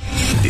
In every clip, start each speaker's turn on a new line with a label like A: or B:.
A: The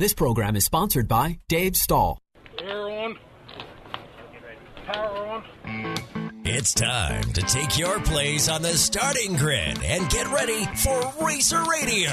B: This program is sponsored by Dave Stahl.
C: Air on. Power on.
D: It's time to take your place on the starting grid and get ready for Racer Radio.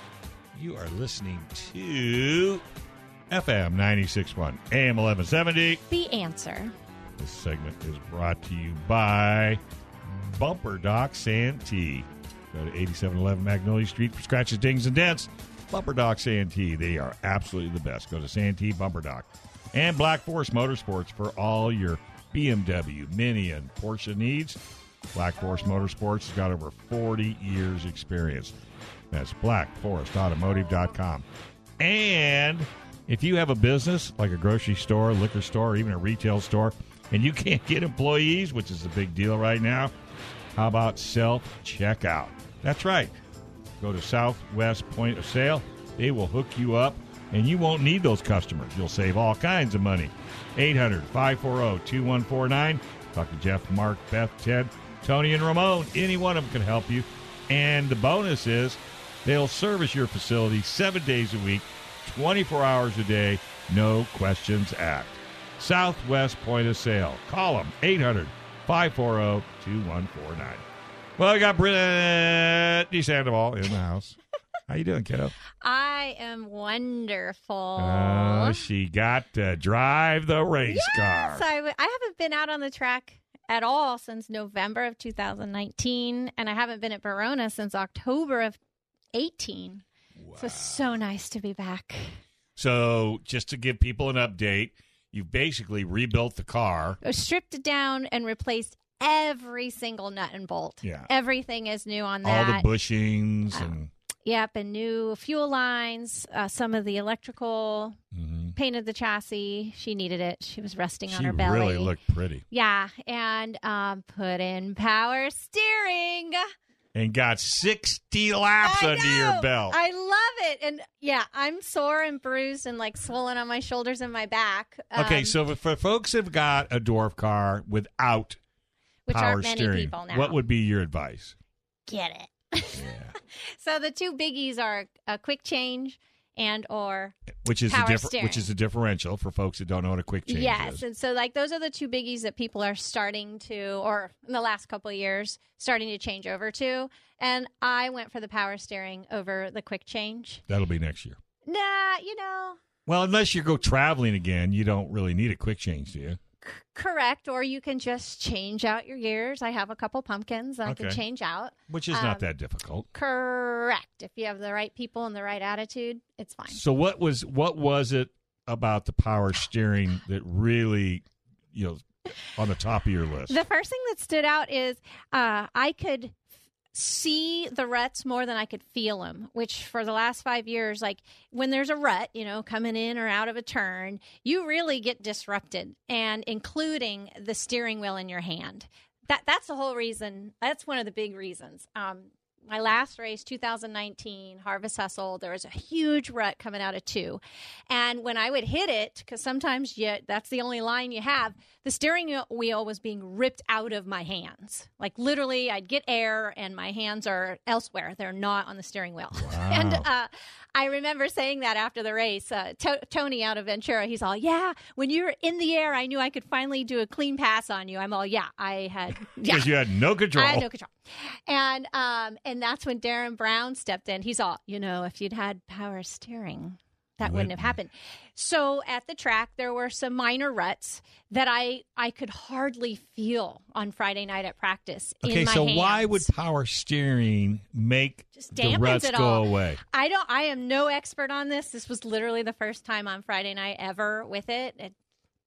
E: You are listening to FM 96.1 AM 1170.
F: The answer.
E: This segment is brought to you by Bumper Docs and Tea. Go to 8711 Magnolia Street for scratches, dings, and dents. Bumper Docs and Tea. They are absolutely the best. Go to Santee Bumper Doc. And Black Forest Motorsports for all your BMW, Mini, and Porsche needs. Black Forest Motorsports has got over 40 years' experience. That's blackforestautomotive.com. And if you have a business like a grocery store, liquor store, or even a retail store, and you can't get employees, which is a big deal right now, how about self checkout? That's right. Go to Southwest Point of Sale. They will hook you up, and you won't need those customers. You'll save all kinds of money. 800 540 2149. Talk to Jeff, Mark, Beth, Ted, Tony, and Ramon. Any one of them can help you. And the bonus is they'll service your facility seven days a week, 24 hours a day, no questions asked. Southwest Point of Sale. Call them 800 540 2149. Well, I got Brittany Sandoval in the house. How you doing, kiddo?
F: I am wonderful.
E: Oh, she got to drive the race car.
F: Yes, I, w- I haven't been out on the track at all since November of 2019, and I haven't been at Verona since October of 18. So it's so nice to be back.
E: So, just to give people an update, you basically rebuilt the car.
F: I stripped it down and replaced every single nut and bolt.
E: Yeah.
F: Everything is new on
E: All
F: that.
E: the bushings and
F: Yep, and new fuel lines, uh, some of the electrical, painted the chassis. She needed it. She was resting on
E: Mm-hmm. she
F: her belly.
E: really looked pretty
F: Yeah, and um, put in power steering.
E: and got 60 laps
F: I
E: under
F: know.
E: your belt.
F: I love it. And yeah, I'm sore and bruised and like swollen on my shoulders and my back.
E: okay,
F: um,
E: so for folks who've got a dwarf car without
F: which
E: power
F: aren't many
E: steering,
F: people now.
E: what would be your advice?
F: get it? so the two biggies are a quick change and or
E: Which is
F: Power
E: the differ-
F: steering.
E: which is the differential for folks that don't know what a quick change
F: yes
E: is.
F: and so like those are the two biggies that people are starting to or in the last couple of years starting to change over to and i went for the power steering over the quick change
E: That'll be next year.
F: nah you know
E: Well, unless you go traveling again, you don't really need a quick change, do you?
F: c- correct or you can just change out your gears i have a couple pumpkins that i can
E: Okay.
F: change out
E: Which is not
F: Um,
E: that difficult.
F: correct if you have the right people and the right attitude it's fine
E: So what was what was it about the power steering that really, you know, on the top of your list?
F: The first thing that stood out is uh, I could f- see the ruts more than I could feel them, which for the last five years, like when there's a rut, you know, coming in or out of a turn, you really get disrupted, and including the steering wheel in your hand. That that's the whole reason. That's one of the big reasons. Um, my last race 2019 harvest hustle there was a huge rut coming out of two and when i would hit it because sometimes you, that's the only line you have the steering wheel was being ripped out of my hands like literally i'd get air and my hands are elsewhere they're not on the steering wheel and uh, i remember saying that after the race uh, to- tony out of ventura he's all yeah when you're in the air i knew i could finally do a clean pass on you i'm all yeah i had yeah
E: Because you had no control.
F: I had no control. And um, and that's when Darren Brown stepped in. He's all, you know, if you'd had power steering, that wouldn't have happened. So at the track, there were some minor ruts that I I could hardly feel on Friday night at practice. in
E: Okay,
F: my
E: so why
F: hands.
E: would power steering make
F: Just
E: the
F: dampens
E: ruts
F: it
E: go
F: all.
E: away?
F: I don't. I am no expert on this. This was literally the first time on Friday night ever with it. It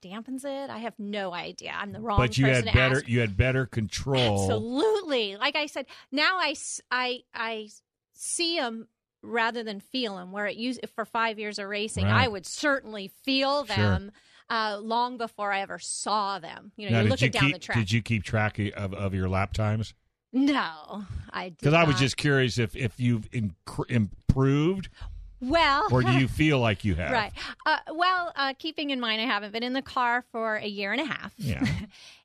F: dampens it. I have no idea. I'm the wrong.
E: But you
F: person
E: had
F: to
E: better
F: ask.
E: you had better control.
F: Absolutely. Like I said, now I s- I I see them rather than feel them. Where it used for five years of racing,
E: Right.
F: I would certainly feel
E: Sure.
F: them uh, long before I ever saw them. You know,
E: Now,
F: you're
E: did
F: looking
E: you
F: down
E: keep,
F: the track.
E: Did you keep track of, of your lap times?
F: no, I did.
E: Because I was
F: not.
E: just curious if if you've incre- improved
F: well.
E: or do you feel like you have?
F: Right. Uh, well, uh, keeping in mind, I haven't been in the car for a year and a half.
E: Yeah.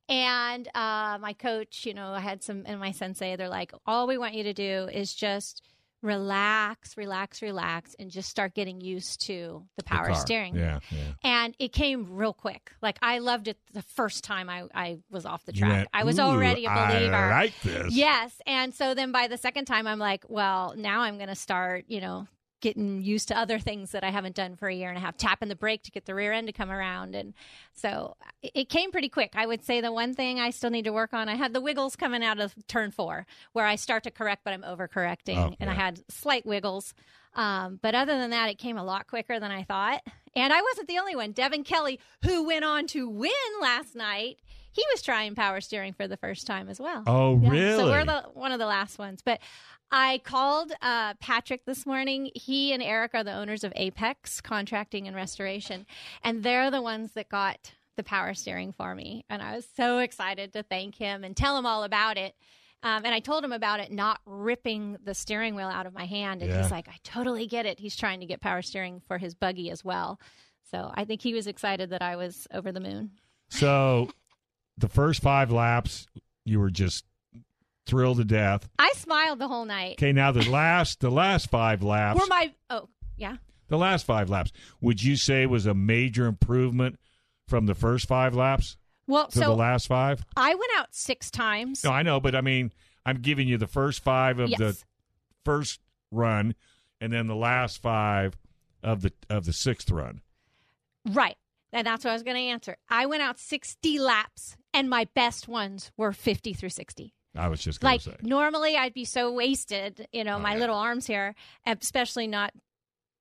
F: And uh, my coach, you know, I had some, and my sensei, they're like, all we want you to do is just relax, relax, relax, and just start getting used to the
E: The
F: power
E: car.
F: steering.
E: Yeah, yeah.
F: And it came real quick. Like I loved it the first time I, I was off the
E: You
F: track.
E: went,
F: I was
E: "Ooh,
F: already a believer.
E: I like this.
F: Yes. And so then by the second time, I'm like, well, now I'm going to start, you know, getting used to other things that I haven't done for a year and a half, tapping the brake to get the rear end to come around. And so it- it came pretty quick. I would say the one thing I still need to work on, I had the wiggles coming out of turn four where I start to correct, but I'm overcorrecting.
E: Oh,
F: And I
E: yeah.
F: had slight wiggles. Um, but other than that, it came a lot quicker than I thought. And I wasn't the only one. Devin Kelly, who went on to win last night, he was trying power steering for the first time as well.
E: Oh,
F: Yeah, So
E: really?
F: we're the, one of the last ones. But I called uh, Patrick this morning. He and Eric are the owners of Apex Contracting and Restoration, and they're the ones that got the power steering for me. And I was so excited to thank him and tell him all about it. Um, and I told him about it not ripping the steering wheel out of my hand. And
E: Yeah.
F: he's like, I totally get it. He's trying to get power steering for his buggy as well. So I think he was excited that I was over the moon.
E: So the first five laps, you were just thrilled to death.
F: I smiled the whole night.
E: Okay, now the last the last five laps,
F: Were my, oh, yeah.
E: the last five laps, would you say was a major improvement from the first five laps
F: Well,
E: to
F: so
E: the last five?
F: I went out six times.
E: No, I know, but I mean, I'm giving you the first five of
F: yes.
E: the first run, and then the last five of the of the sixth run.
F: Right. And that's what I was going to answer. I went out 60 laps, and my best ones were 50 through 60.
E: I was just going
F: Like,
E: to say.
F: normally I'd be so wasted, you know,
E: Oh,
F: my
E: yeah.
F: little arms here, especially not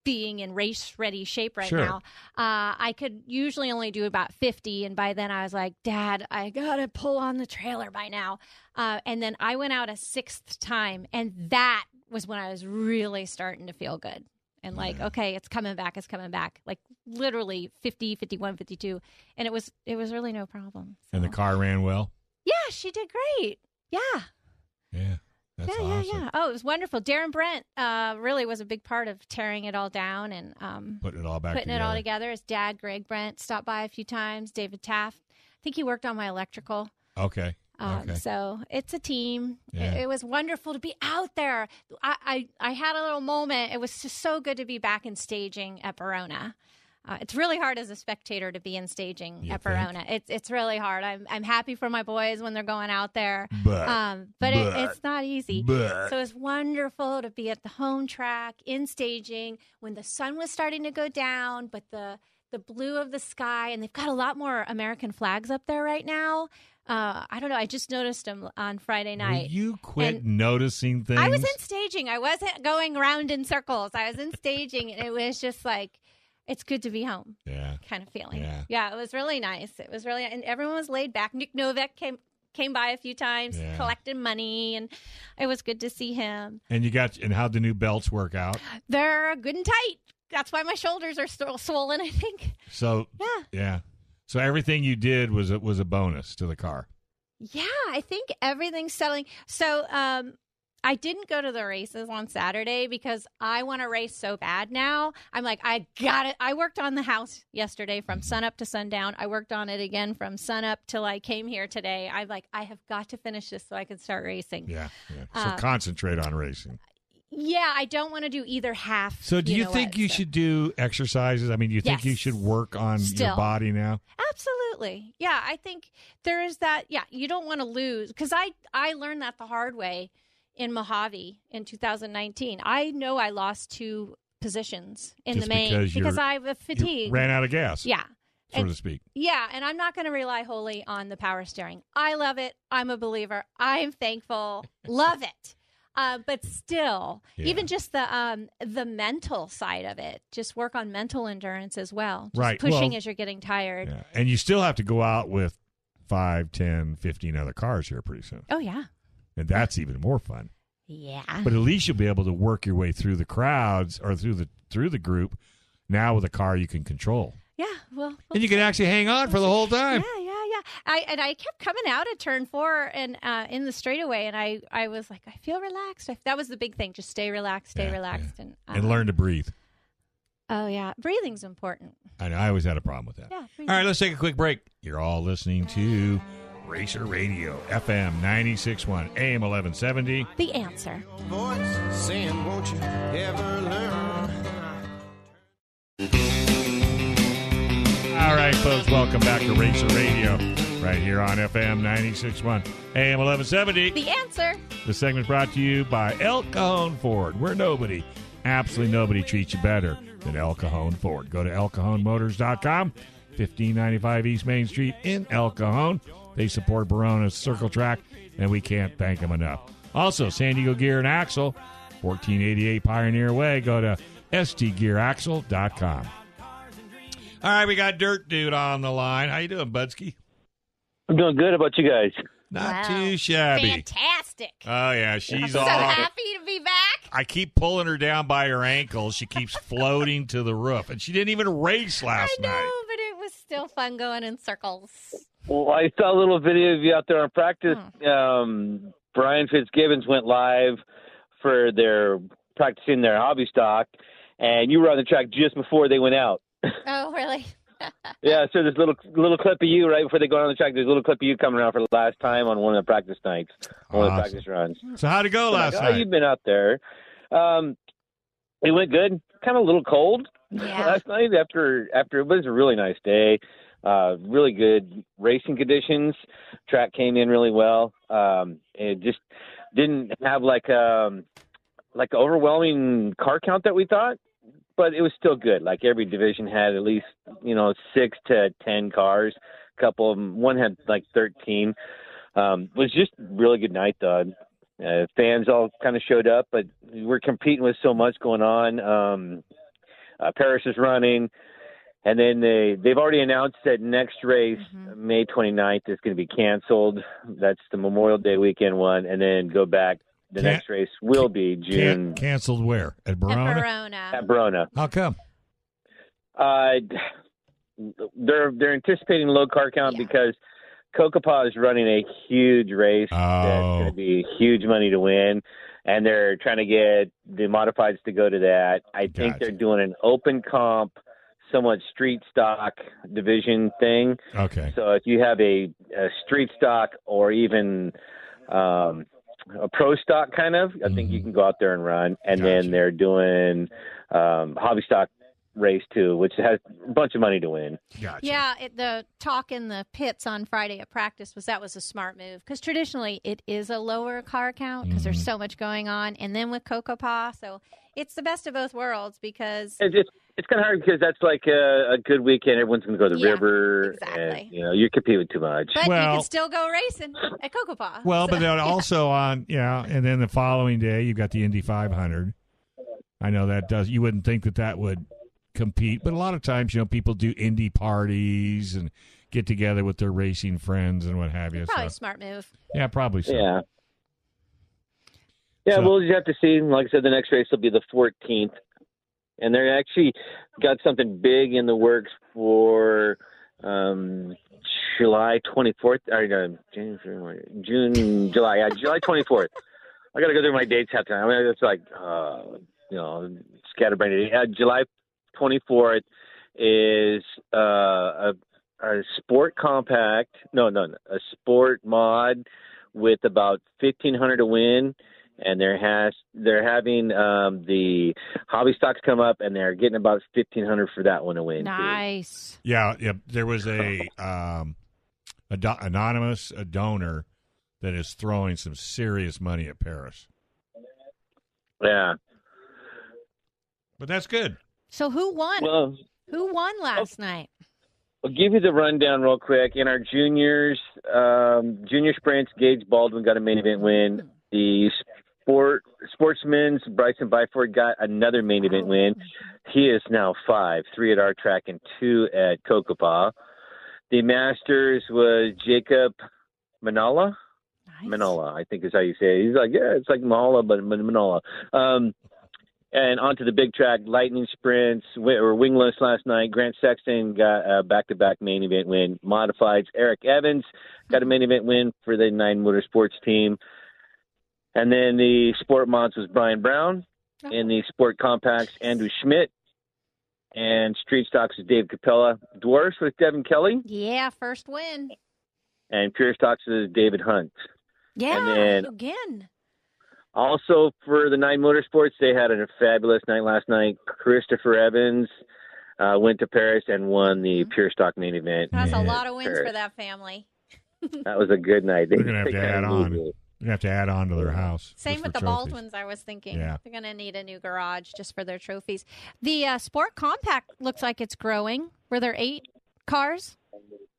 F: being in race ready shape right
E: Sure.
F: now. Uh, I could usually only do about 50. And by then I was like, Dad, I got to pull on the trailer by now. Uh, and then I went out a sixth time, and that was when I was really starting to feel good. And like, okay, it's coming back, it's coming back. Like literally 50, 51, 52. And it was it was really no problem.
E: And the
F: So-
E: car ran well.
F: Yeah, she did great. Yeah
E: Yeah, that's
F: yeah,
E: awesome.
F: yeah, yeah. Oh, it was wonderful. Darren Brent uh, really was a big part of tearing it all down and um,
E: Putting it all back.
F: putting it all together. His dad, Greg Brent, stopped by a few times. David Taft. I think he worked on my electrical.
E: Okay.
F: Um,
E: okay.
F: So it's a team. It-
E: Yeah.
F: It, was wonderful to be out there. I, I, I had a little moment. It was just so good to be back in staging at Verona. Uh, it's really hard as a spectator to be in staging
E: You
F: at
E: think?
F: Verona. It's it's really hard. I'm I'm happy for my boys when they're going out there,
E: But-
F: um, but, it,
E: but-
F: it's not easy.
E: but-
F: so it's wonderful to be at the home track in staging when the sun was starting to go down, but the the blue of the sky, and they've got a lot more American flags up there right now. Uh, I don't know. I just noticed them on Friday
E: Will
F: night.
E: you quit
F: And-
E: noticing things?
F: I was in staging. I wasn't going around in circles. I was in staging, and it was just like, it's good to be home
E: Yeah.
F: kind of feeling.
E: Yeah.
F: it was really nice. It was really, and everyone was laid back. Nick Novak came came by a few times,
E: Yeah.
F: collected money, and it was good to see him.
E: And you got and how'd the new belts work out?
F: They're good and tight. That's why my shoulders are still swollen. I think.
E: So
F: Yeah.
E: yeah. So everything you did was a, was a bonus to the car.
F: Yeah, I think everything's settling. So, um, I didn't go to the races on Saturday because I want to race so bad now. I'm like, I got it. I worked on the house yesterday from sunup to sundown. I worked on it again from sunup till I came here today. I'm like, I have got to finish this so I can start racing.
E: Yeah. yeah. So
F: Uh,
E: concentrate on racing.
F: Yeah, I don't want to do either half.
E: So do you,
F: know
E: think
F: what,
E: you
F: so-
E: should do exercises? I mean, do you think you
F: Yes.
E: should work on your
F: Still.
E: body now?
F: Absolutely. Yeah, I think there is that. Yeah, you don't want to lose because I I learned that the hard way in Mojave in 2019. I know I lost two positions in
E: Just
F: the main
E: because you're-
F: I have a
E: You
F: fatigue.
E: ran out of gas,
F: yeah.
E: so
F: And-
E: to speak.
F: Yeah, and I'm not going to rely wholly on the power steering. I love it. I'm a believer. I'm thankful. love it. Uh, but still,
E: Yeah.
F: even just the um, the mental side of it, just work on mental endurance as well. Just
E: Right,
F: pushing
E: well-
F: as you're getting tired.
E: Yeah. And you still have to go out with five, ten, fifteen other cars here pretty soon.
F: Oh yeah,
E: And that's even more fun.
F: yeah,
E: But at least you'll be able to work your way through the crowds or through the through the group now with a car you can control.
F: yeah. Well, well,
E: And you can actually hang on for the whole time.
F: Yeah, yeah, yeah. I and I kept coming out at turn four and uh, in the straightaway, and I I was like, I feel relaxed. I, that was the big thing. Just stay relaxed, stay
E: Yeah,
F: relaxed, and uh,
E: And learn to breathe.
F: Oh yeah, breathing's important.
E: I know I always had a problem with that.
F: Yeah,
E: all right, let's take a quick break. You're all listening to Racer Radio, FM 96.1, AM 1170.
F: The answer.
E: All right, folks, welcome back to Racer Radio right here on FM 96.1, AM 1170.
F: The answer.
E: This segment brought to you by El Cajon Ford, where nobody, absolutely nobody, treats you better than El Cajon Ford. Go to elcajonmotors.com, 1595 East Main Street in El Cajon. They support Barona's Circle Track, and we can't thank them enough. Also, San Diego Gear and Axle, 1488 Pioneer Way. Go to stgearaxle.com. All right, we got Dirt Dude on the line. How you doing, Budsky?
G: I'm doing good. How about you guys?
E: Not
F: Wow.
E: too shabby.
F: Fantastic.
E: Oh yeah, she's
F: so
E: all
F: happy to be back.
E: I keep pulling her down by her ankles. She keeps floating to the roof, and she didn't even race last
F: I know,
E: night.
F: but it was still fun going in circles.
G: Well, I saw a little video of you out there on practice. Um, Brian Fitzgibbons went live for their practicing their hobby stock, and you were on the track just before they went out.
F: Oh, really?
G: Yeah, so there's little little clip of you right before they go on the track. There's a little clip of you coming out for the last time on one of the practice nights, one of the
E: Awesome.
G: practice runs.
E: So how'd it go last
G: Like, oh,
E: night?
G: you've been out there. Um, it went good. Kind of a little cold
F: Yeah.
G: last night after after it was a really nice day uh really good racing conditions track came in really well um it just didn't have like um like overwhelming car count that we thought but it was still good like every division had at least you know six to ten cars a couple of them one had like 13 um was just a really good night though uh, fans all kind of showed up but we're competing with so much going on um uh, Paris is running, and then they they've already announced that next race May 29th is going to be canceled. That's the Memorial Day weekend one, and then go back. The
E: Can-
G: next race will be
E: Can-
G: June
E: canceled where at Barona?
F: At Verona.
G: at Brona.
E: How come?
G: Uh, they're they're anticipating low car count
F: Yeah.
G: because Kokopah is running a huge race that's
E: Oh.
G: going to be huge money to win, and they're trying to get the modifieds to go to that. I
E: Gotcha.
G: think they're doing an open comp, somewhat street stock division thing.
E: Okay,
G: So if you have a, a street stock or even um, a pro stock kind of, I think
F: Mm-hmm.
G: you can go out there and run. And
E: Gotcha.
G: then they're doing um, hobby stock race too, which has a bunch of money to win.
E: gotcha.
F: Yeah, it, the talk in the pits on Friday at practice was that was a smart move because traditionally it is a lower car count because there's so much going on, and then with Cocoa Paw, so it's the best of both worlds because
G: It's just, it's kind of hard because that's like a, a good weekend. Everyone's going to go to the
F: Yeah,
G: river,
F: exactly.
G: and you know you're competing with too much.
F: but you
E: Well-
F: can still go racing at Cocoa Paw.
E: Well,
F: So-
E: but then also on yeah, and then the following day you've got the Indy 500. I know that does. You wouldn't think that that would compete, but a lot of times you know people do Indy parties and get together with their racing friends and what have you.
F: probably a
E: so,
F: smart move.
E: yeah, probably so.
G: Yeah. Yeah,
E: So-
G: we'll just have to see. Like I said, the next race will be the 14th. And they're actually got something big in the works for um, July 24th. Or, uh, January, June, July. Yeah, July 24th. I got to go through my dates half time. I mean, it's like, uh, you know, scatterbrained. Uh, July 24th is uh, a, a sport compact. No, no, no, a sport mod with about 1500 to win and there has they're having um the hobby stocks come up and they're getting about 1500 for that one to win too.
F: Nice.
E: Yeah, yeah. There was a um, a do- anonymous a donor that is throwing some serious money at Paris.
G: yeah
E: But that's good.
F: So who won?
G: Well, oh,
F: who won last night?
G: I'll give you the rundown real quick. In our juniors, um, junior sprints, Gage Baldwin got a main event win. The sport sportsmen's Bryson Byford got another main event win. He is now five, three at our track and two at Kokopah. The masters was Jacob Manala.
F: Nice.
G: Manola, I think is how you say it. He's like, yeah, it's like Mahala, but Man- Manola. Um, and onto the big track, lightning sprints wi- or wingless last night. Grant Sexton got a back-to-back main event win. Modifieds. Eric Evans got a main event win for the Nine Motorsports team. And then the sport mods was Brian Brown.
F: Oh.
G: In the sport compacts, Andrew Schmidt. And street stocks was Dave Capella. Dwarfs with Devin Kelly.
F: Yeah, first win.
G: And pure stocks is David Hunt.
F: Yeah,
G: then-
F: again.
G: Also, for the Nine Motorsports, they had a fabulous night last night. Christopher Evans uh, went to Paris and won the Pure Stock main event.
F: Mm-hmm. That's a
G: in
F: lot of wins for
G: Paris.
F: that family.
G: That was a good night. They,
E: They're gonna have
G: they
E: to
G: kinda
E: add on.
G: needed it.
E: We're gonna have to add on to their house.
F: Same
E: just
F: with
E: for
F: the
E: trophies.
F: Baldwins, I was thinking.
E: Yeah.
F: They're going to need a new garage just for their trophies. The uh, Sport Compact looks like it's growing. Were there eight cars?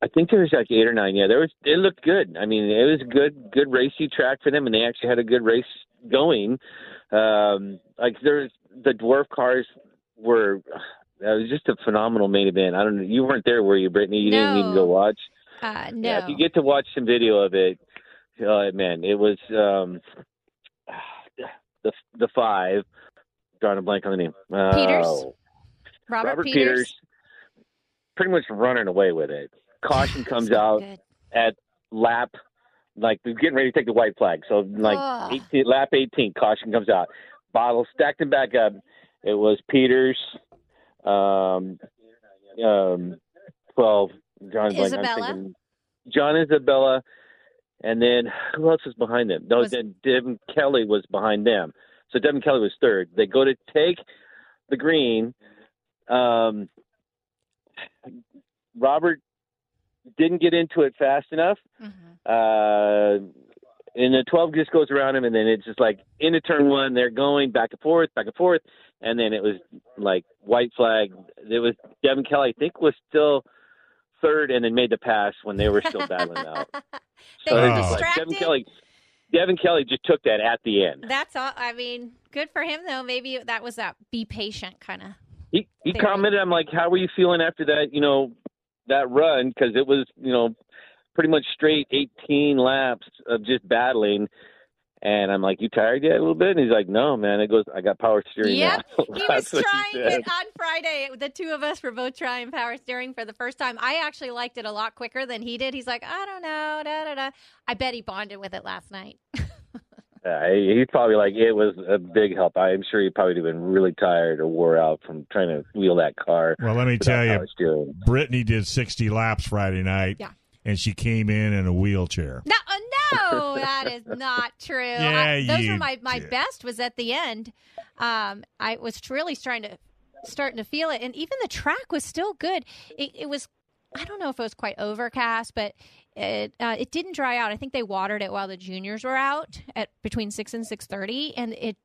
G: I think there was like eight or nine. Yeah, there was. It looked good. I mean, it was good, good racy track for them, and they actually had a good race going. Um, like there's the dwarf cars were. That was just a phenomenal main event. I don't know. You weren't there, were you, Brittany? You didn't
F: No.
G: even go watch.
F: Uh, no.
G: Yeah, if you get to watch some video of it, uh, man, it was um, the the five. Drawing a blank on the name. Uh,
F: Peters? Robert,
G: Robert, Peters. Pretty much running away with it. Caution comes out
F: Good.
G: at lap, like they're getting ready to take the white flag. So like
F: Ugh.
G: 18, lap 18, caution comes out. Bottle stacked him back up. It was Peters, um, um, twelve. John Blake, I'm
F: Isabella?
G: thinking- John Isabella, and then who else was behind them? No,
F: Was-
G: then Devin Kelly was behind them. So Devin Kelly was third. They go to take the green. Um, Robert didn't get into it fast enough
F: Mhm.
G: uh, and the 12 just goes around him, and then it's just like into turn one, they're going back and forth, back and forth, and then it was like white flag. It was Devin Kelly, I think, was still third, and then made the pass when they were still battling out.
F: They were
G: it was just like
F: distracted.
G: Devin Kelly, Devin Kelly just took that at the end.
F: That's all. I mean, good for him, though. Maybe that was that be patient kind of.
G: He he
F: Very.
G: commented, I'm like, how were you feeling after that? You know, that run because it was you know pretty much straight 18 laps of just battling. And I'm like, you tired yet a little bit? And he's like, no, man. It goes, I got power steering.
F: Yep.
G: now.
F: He was
G: That's what
F: trying
G: said.
F: it on Friday. The two of us were both trying power steering for the first time. I actually liked it a lot quicker than he did. He's like, I don't know, da da da. I bet he bonded with it last night.
G: Yeah, he- he's probably like, it was a big help. I'm sure he probably would have been really tired or wore out from trying to wheel that car.
E: Well, let me
G: without
E: tell you,
G: power steering.
E: Brittany did 60 laps Friday night,
F: Yeah.
E: and she came in in a wheelchair.
F: No, uh, no, that is not true. I,
E: Yeah,
F: those
E: you
F: were my my
E: did.
F: best was at the end. Um, I was really trying to starting to feel it, and even the track was still good. It, it was, I don't know if it was quite overcast, but it uh, it didn't dry out. I think they watered it while the juniors were out at between six and six thirty, and it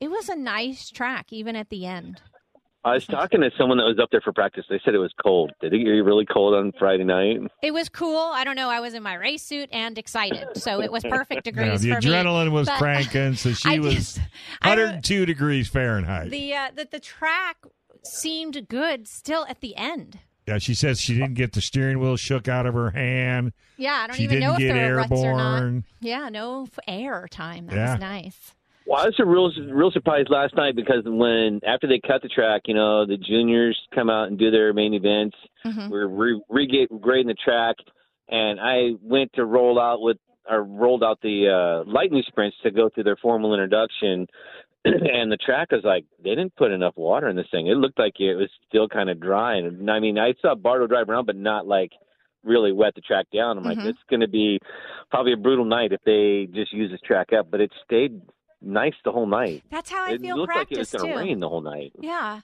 F: it was a nice track even at the end.
G: I was talking to someone that was up there for practice. They said it was cold. Did it get really cold on Friday night?
F: It was cool. I don't know. I was in my race suit and excited, so it was perfect
E: Yeah,
F: degrees
E: the
F: for
E: adrenaline
F: me.
E: was
F: but-
E: cranking, so she
F: I
E: was
F: just- I don't-
E: 102 degrees Fahrenheit.
F: the uh, that the track seemed good still at the end.
E: yeah, she says she didn't get the steering wheel shook out of her hand.
F: Yeah, I don't
E: She
F: even know
E: didn't get
F: if there were ruts or not.
E: airborne.
F: Yeah, no f- air time. That
E: Yeah.
F: was nice.
G: Well, I was a real, real surprised last night because when after they cut the track, you know, the juniors come out and do their main events.
F: Mhm.
G: We're re- regrading the track, and I went to roll out with or rolled out the uh, lightning sprints to go through their formal introduction, and the track was like they didn't put enough water in this thing. It looked like it was still kind of dry, and I mean, I saw Bardo drive around, but not like really wet the track down. I'm like,
F: Mhm.
G: it's going to be probably a brutal night if they just use this track up, but it stayed nice the whole night.
F: That's how I
G: it
F: feel
G: looked like it was
F: practice
G: going
F: too.
G: to rain the whole night.
F: Yeah,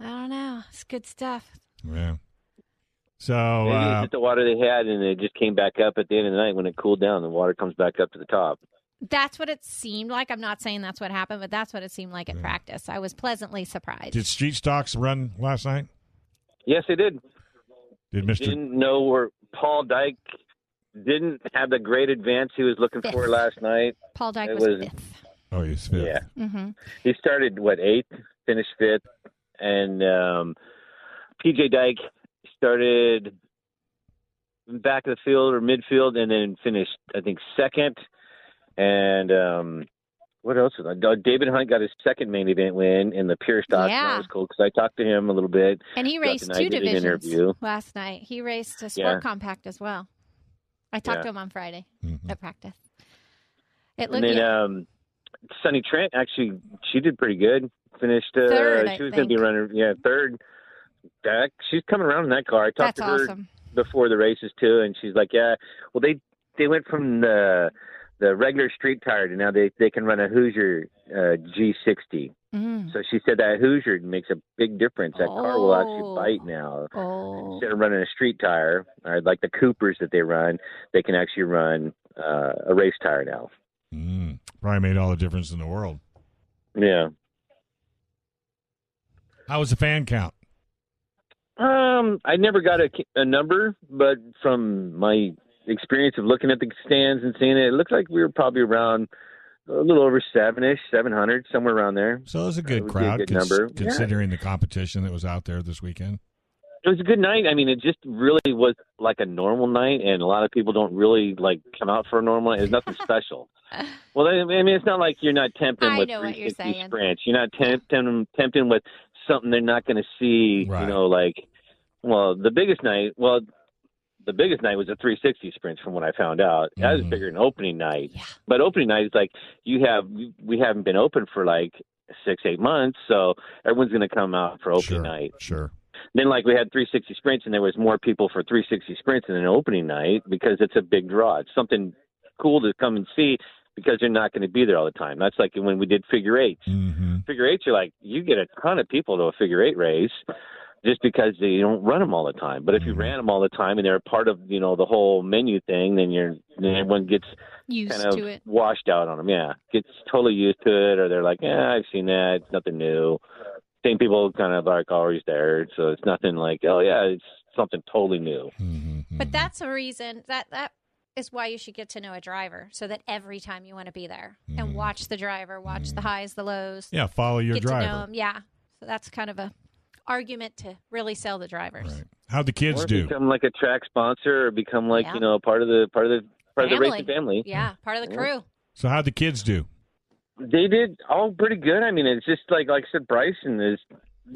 F: I don't know. It's good stuff.
E: Yeah. So,
G: Maybe it's
E: uh,
G: just the water they had, and it just came back up at the end of the night when it cooled down. The water comes back up to the top.
F: That's what it seemed like. I'm not saying that's what happened, but that's what it seemed like at practice. I was pleasantly surprised.
E: Did Street Stocks run last night?
G: Yes, they did.
E: Did Mister?
G: Didn't know where Paul Dyke didn't have the great advance he was looking for
F: Fifth.
G: last night.
F: Paul Dyke
G: it
F: was,
G: was-
F: fifth.
E: Oh, he's fifth.
G: Yeah.
F: hmm
G: He started what eighth, finished fifth, and um, PJ Dyke started back of the field or midfield, and then finished I think second. And um, what else? Was I? David Hunt got his second main event win in the Pure Stock. and
F: Yeah.
G: That was cool because I talked to him a little bit.
F: And he
G: Got
F: raced
G: tonight,
F: two
G: did an
F: divisions
G: interview.
F: last night. He raced a sport
G: Yeah.
F: compact as well. I talked
G: Yeah.
F: to him on Friday
E: Mhm.
F: at practice. It
G: And
F: looked
G: then
F: yeah.
G: um, Sunny Trent actually she did pretty good. Finished uh,
F: Third, I
G: she was going to be
F: think.
G: running yeah third. Back. She's coming around in that car. I talked
F: that's
G: to her
F: awesome.
G: before the races too, and she's like, "Yeah, well they they went from the the regular street tire to now they they can run a Hoosier uh, G60."
F: Mm.
G: So she said that Hoosier makes a big difference. That car will
F: Oh.
G: actually bite now
F: Oh,
G: instead of running a street tire or like the Coopers that they run, they can actually run uh, a race tire now.
E: Mm. Probably made all the difference in the world.
G: Yeah.
E: How was the fan count?
G: Um, I never got a, a number, but from my experience of looking at the stands and seeing it, it looked like we were probably around a little over seven ish, seven hundred, somewhere around there.
E: So it was a
G: That
E: good
G: would be a
E: crowd,
G: good
E: cons-
G: number. Yeah.
E: considering the competition that was out there this weekend.
G: It was a good night. I mean, it just really was like a normal night, and a lot of people don't really like come out for a normal. night. It's nothing special. Well, I I mean, it's not like you're not tempting
F: I
G: with
F: know what you're
G: 360
F: saying.
G: Branch. You're not temp- tempting tempting with something they're not going to see.
E: Right.
G: You know, like well, the biggest night. Well, the biggest night was a 360 sprint, from what I found out. That was
E: Mhm.
G: bigger than opening night.
F: Yeah.
G: But opening night is like you have we haven't been open for like six eight months, so everyone's going to come out for opening
E: sure.
G: night.
E: Sure.
G: Then like we had 360 sprints, and there was more people for 360 sprints than an opening night because it's a big draw. It's something cool to come and see because you're not going to be there all the time. That's like when we did figure eights.
E: Mm-hmm.
G: Figure eights, you're like you get a ton of people to a figure eight race just because they don't run them all the time. But if you
E: Mhm.
G: ran them all the time and they're a part of you know the whole menu thing, then you're then everyone gets
F: used
G: kind of
F: to it.
G: washed out on them. Yeah, gets totally used to it, or they're like, "Yeah, I've seen that. It's nothing new." Same people kind of like always there, so it's nothing like, "Oh yeah, it's something totally new."
E: Mm-hmm.
F: But that's a reason that that is why you should get to know a driver so that every time you want to be there
E: Mm.
F: and watch the driver, watch the highs, the lows,
E: yeah, follow Mm-hmm. your
F: get
E: driver.
F: to know him. Yeah. So that's kind of a argument to really sell the drivers.
E: Right. How'd the kids
G: or
E: do?
G: become like a track sponsor, or become like
F: Yeah.
G: you know part of the part of the part of
F: Family.
G: the racing family.
F: Yeah, part of the
G: Yeah.
F: crew.
E: So how'd the kids do?
G: They did all pretty good. I mean, it's just like like I said, Bryson is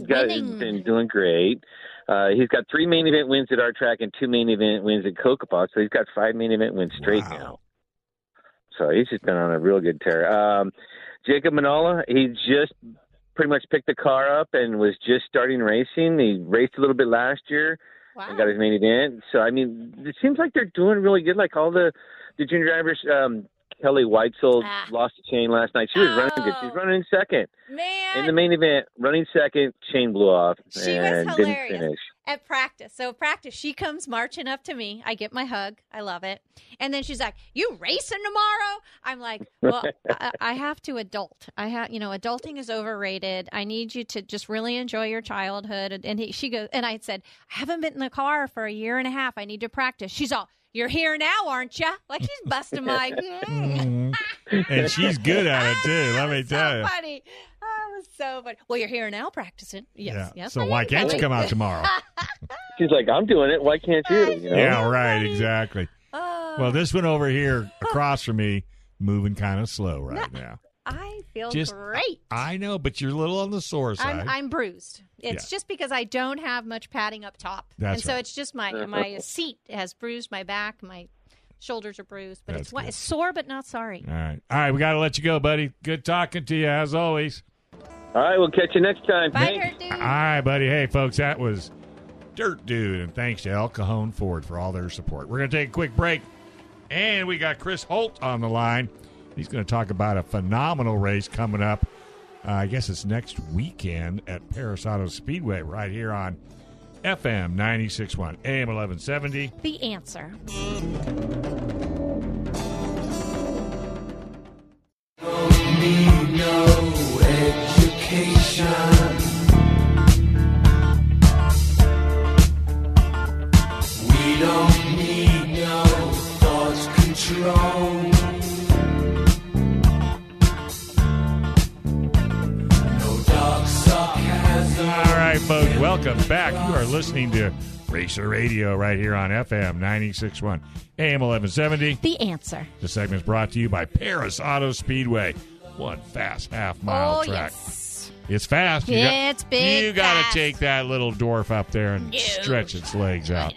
G: got, has
F: Winning.
G: been doing great. Uh, he's got three main event wins at our track and two main event wins at Kokopah, so he's got five main event wins straight
E: Wow.
G: now. So he's just been on a real good tear. Um, Jacob Manola, he just pretty much picked the car up and was just starting racing. He raced a little bit last year
F: Wow.
G: and got his main event. So I mean, it seems like they're doing really good. Like all the the junior drivers. Um, Kelly Weitzel
F: Ah.
G: lost the chain last night. She was running good.
F: Oh.
G: She's running in second
F: Man,
G: in the main event, running second. Chain blew off
F: She was
G: and didn't
F: hilarious.
G: finish.
F: at practice. So practice, she comes marching up to me. I get my hug. I love it. And then she's like, "You racing tomorrow?" I'm like, "Well, I, I have to adult. I have, you know, adulting is overrated. I need you to just really enjoy your childhood." And, and he, she goes, and I said, "I haven't been in the car for a year and a half. I need to practice." She's all, "You're here now, aren't you?" Like she's busting my. Mm-hmm.
E: Mhm. and she's good at it too. Let me
F: so
E: tell you.
F: funny. That was so funny. Well, you're here now practicing. Yes,
E: yeah.
F: yes.
E: so
F: I
E: why
F: am,
E: can't you
F: Kelly.
E: come out tomorrow?
G: She's like, "I'm doing it. Why can't you?" you know?
E: yeah, right. Exactly.
F: Oh,
E: Well, this one over here across from me moving kind of slow right now.
F: I feel
E: just-
F: great.
E: I know, but you're a little on the sore side.
F: I'm, I'm bruised. It's
E: Yeah.
F: just because I don't have much padding up top,
E: That's
F: and so
E: right.
F: it's just my my seat has bruised my back, my shoulders are bruised, but
E: That's
F: it's one
E: good.
F: it's sore but not sorry.
E: All right. All right. We got to let you go, buddy. Good talking to you as always.
G: All right, we'll catch you next time.
F: Bye,
G: Thanks.
F: Kurt, dude.
E: All right, buddy. Hey, folks, that was Dirt Dude, and thanks to El Cajon Ford for all their support. We're going to take a quick break, and we got Chris Holt on the line. He's going to talk about a phenomenal race coming up. Uh, I guess it's next weekend at Paris Auto Speedway, right here on FM 96.1, AM 1170.
F: the answer.
E: All right, folks, welcome back. You are listening to Racer Radio right here on FM 961 AM 1170.
F: The answer.
E: This segment is brought to you by Paris Auto Speedway, one fast half mile
F: oh
E: track.
F: yes.
E: It's fast. You
F: It's big,
E: You gotta
F: fast.
E: take that little dwarf up there and
F: No.
E: stretch its legs out.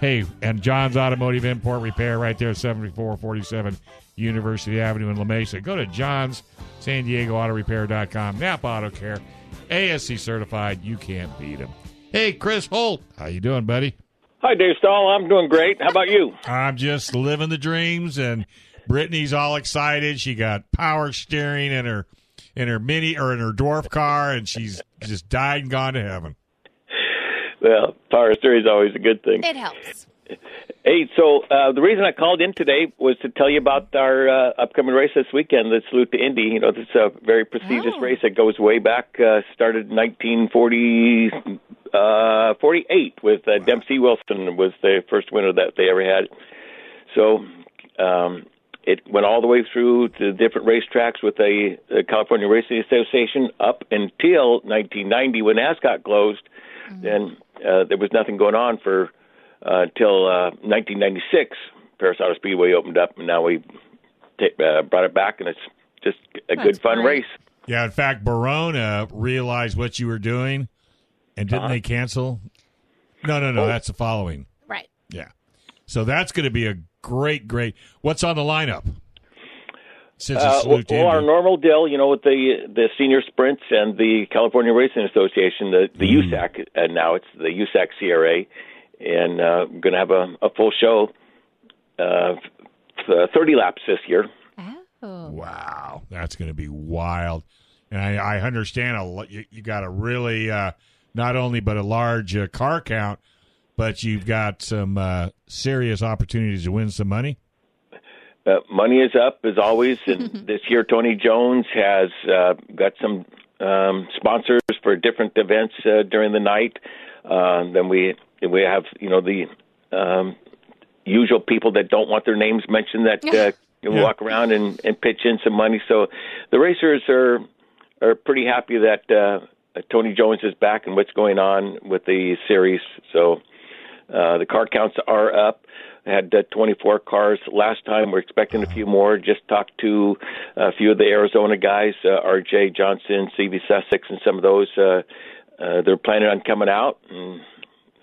E: Hey, and John's Automotive Import Repair right there, 7447 University Avenue in La Mesa. Go to John's San Diego Auto Repair.com, Nap Auto Care, ASC certified. You can't beat them. Hey, Chris Holt, how you doing, buddy?
G: Hi, Dave Stahl. I'm doing great. How about you?
E: I'm just living the dreams, and Brittany's all excited. She got power steering in her in her mini or in her dwarf car, and she's just died and gone to heaven.
G: Well, power steering is always a good thing.
F: It helps.
G: Hey, so uh, the reason I called in today was to tell you about our uh, upcoming race this weekend, the Salute to Indy. You know, this is a very prestigious
F: Oh.
G: race that goes way back, uh, started in 1948 uh, 48 with uh, Dempsey Wilson was the first winner that they ever had. So um, it went all the way through to different racetracks with the, the California Racing Association up until 1990 when NASCAR closed.
F: Mm-hmm.
G: Then uh, there was nothing going on for uh, until uh, 1996. Paris Auto Speedway opened up, and now we ta- uh, brought it back, and it's just a
F: That's
G: good fun
F: great.
G: race.
E: Yeah, in fact, Barona realized what you were doing, and didn't
G: Uh-huh.
E: they cancel? No, no,
G: Oh.
E: no. That's the following.
F: Right.
E: Yeah, so that's going to be a great, great. What's on the lineup?
G: Uh,
E: Since it's
G: well,
E: salute to
G: well, our
E: Indy.
G: normal deal, you know, with the the senior sprints and the California Racing Association, the the
E: Mm-hmm.
G: USAC, and now it's the USAC CRA, and uh, we're going to have a, a full show, uh, f- uh, thirty laps this year.
F: Oh.
E: Wow, that's going to be wild. And I, I understand a lo- you, you got a really uh, not only but a large uh, car count, but you've got some uh, serious opportunities to win some money.
G: Uh, money is up as always, and this year Tony Jones has uh, got some um, sponsors for different events uh, during the night. Um, then we we have you know the um, usual people that don't want their names mentioned that uh,
E: Yeah.
G: walk around and, and pitch in some money. So the racers are are pretty happy that uh, Tony Jones is back and what's going on with the series. So uh, the car counts are up. I had uh, 24 cars last time. We're expecting a few more. Just talked to uh, a few of the Arizona guys, uh, R.J. Johnson, C.V. Sussex, and some of those. Uh, uh, they're planning on coming out, and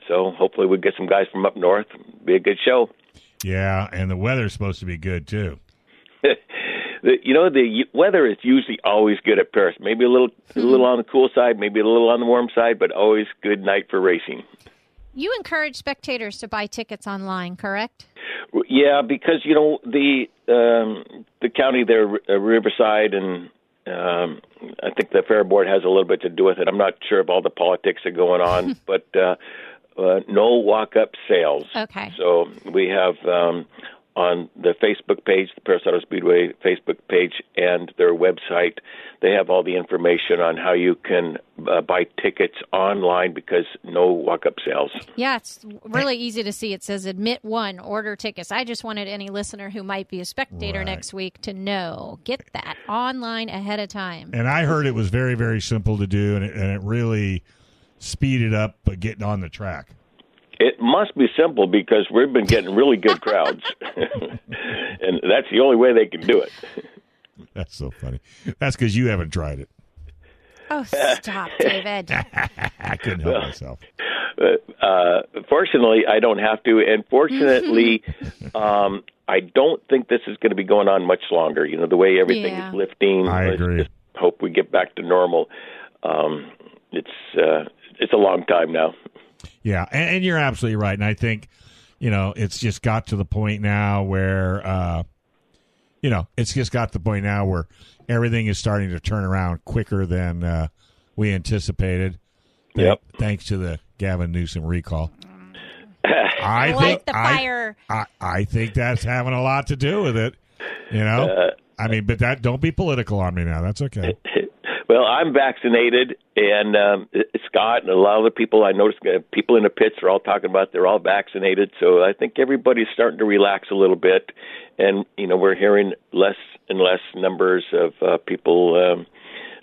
G: so hopefully we get some guys from up north. Be a good show.
E: Yeah, and the weather's supposed to be good too.
G: The, you know, the u- weather is usually always good at Paris. Maybe a little, a little on the cool side, maybe a little on the warm side, but always good night for racing.
F: You encourage spectators to buy tickets online, correct?
G: Yeah, because you know the um, the county there, uh, Riverside, and um, I think the fair board has a little bit to do with it. I'm not sure of all the politics that are going on, but uh, uh, no walk up sales.
F: Okay.
G: So we have um, on the Facebook page, the Paris Auto Speedway Facebook page, and their website, they have all the information on how you can uh, buy tickets online because no walk up sales.
F: Yeah, it's really easy to see. It says admit one, order tickets. I just wanted any listener who might be a spectator
E: Right.
F: next week to know. Get that online ahead of time.
E: And I heard it was very very simple to do, and it, and it really speeded up uh, getting on the track.
G: It must be simple because we've been getting really good crowds, and that's the only way they can do it.
E: That's so funny. That's because you haven't tried it.
F: Oh, stop, David.
E: I couldn't help myself.
G: Uh, fortunately, I don't have to, and fortunately, um, I don't think this is going to be going on much longer. You know, the way everything
F: Yeah.
G: is lifting.
E: I
G: let's
E: agree.
G: Just hope we get back to normal. Um, it's uh, it's a long time now.
E: Yeah, and, and you're absolutely right. And I think, you know, it's just got to the point now where, uh, you know, it's just got to the point now where everything is starting to turn around quicker than uh, we anticipated. Th-
G: Yep.
E: Thanks to the Gavin Newsom recall. I
F: like the
E: I-
F: fire.
E: I, I think that's having a lot to do with it. You know, I mean, but that don't be political on me now. That's okay.
G: Well, I'm vaccinated, and um, Scott and a lot of the people I noticed, uh, people in the pits are all talking about they're all vaccinated. So I think everybody's starting to relax a little bit, and you know we're hearing less and less numbers of uh, people. Um,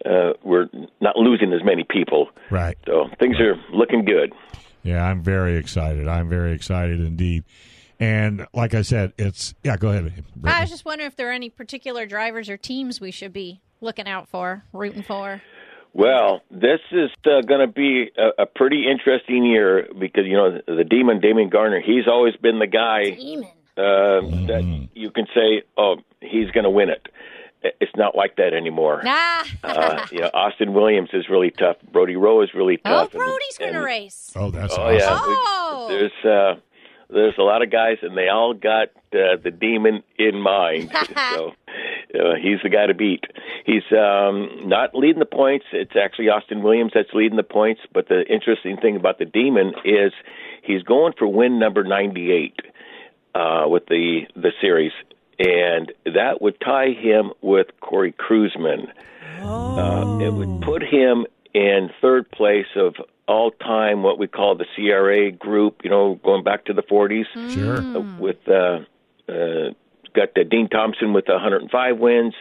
G: uh, we're not losing as many people,
E: Right.
G: so things are looking good.
E: Yeah, I'm very excited. I'm very excited indeed. And like I said, it's yeah. Go ahead.
F: I
E: Brittany.
F: was just wondering if there are any particular drivers or teams we should be looking out for, rooting for.
G: Well, this is uh, going to be a, a pretty interesting year because you know the demon Damon Garner. He's always been the guy uh, that you can say, "Oh, he's going to win it." It's not like that anymore.
F: Ah,
G: Uh, you know, Austin Williams is really tough. Brody Rowe is really
F: oh,
G: tough. and-
F: Brody's going to
G: and-
F: race.
E: Oh, that's
G: Oh
E: awesome.
G: yeah,
F: Oh.
G: there's uh, there's a lot of guys, and they all got uh, the demon in mind. so uh, he's the guy to beat. He's um, not leading the points. It's actually Austin Williams that's leading the points. But the interesting thing about the demon is he's going for win number 98 uh, with the the series. And that would tie him with Corey Cruzman. Uh, it
F: Oh.
G: would put him in third place of all time, what we call the CRA group, you know, going back to the 40s.
E: Sure.
G: uh,
F: Hmm.
G: With uh, uh, got uh, Dean Thompson with 105 wins.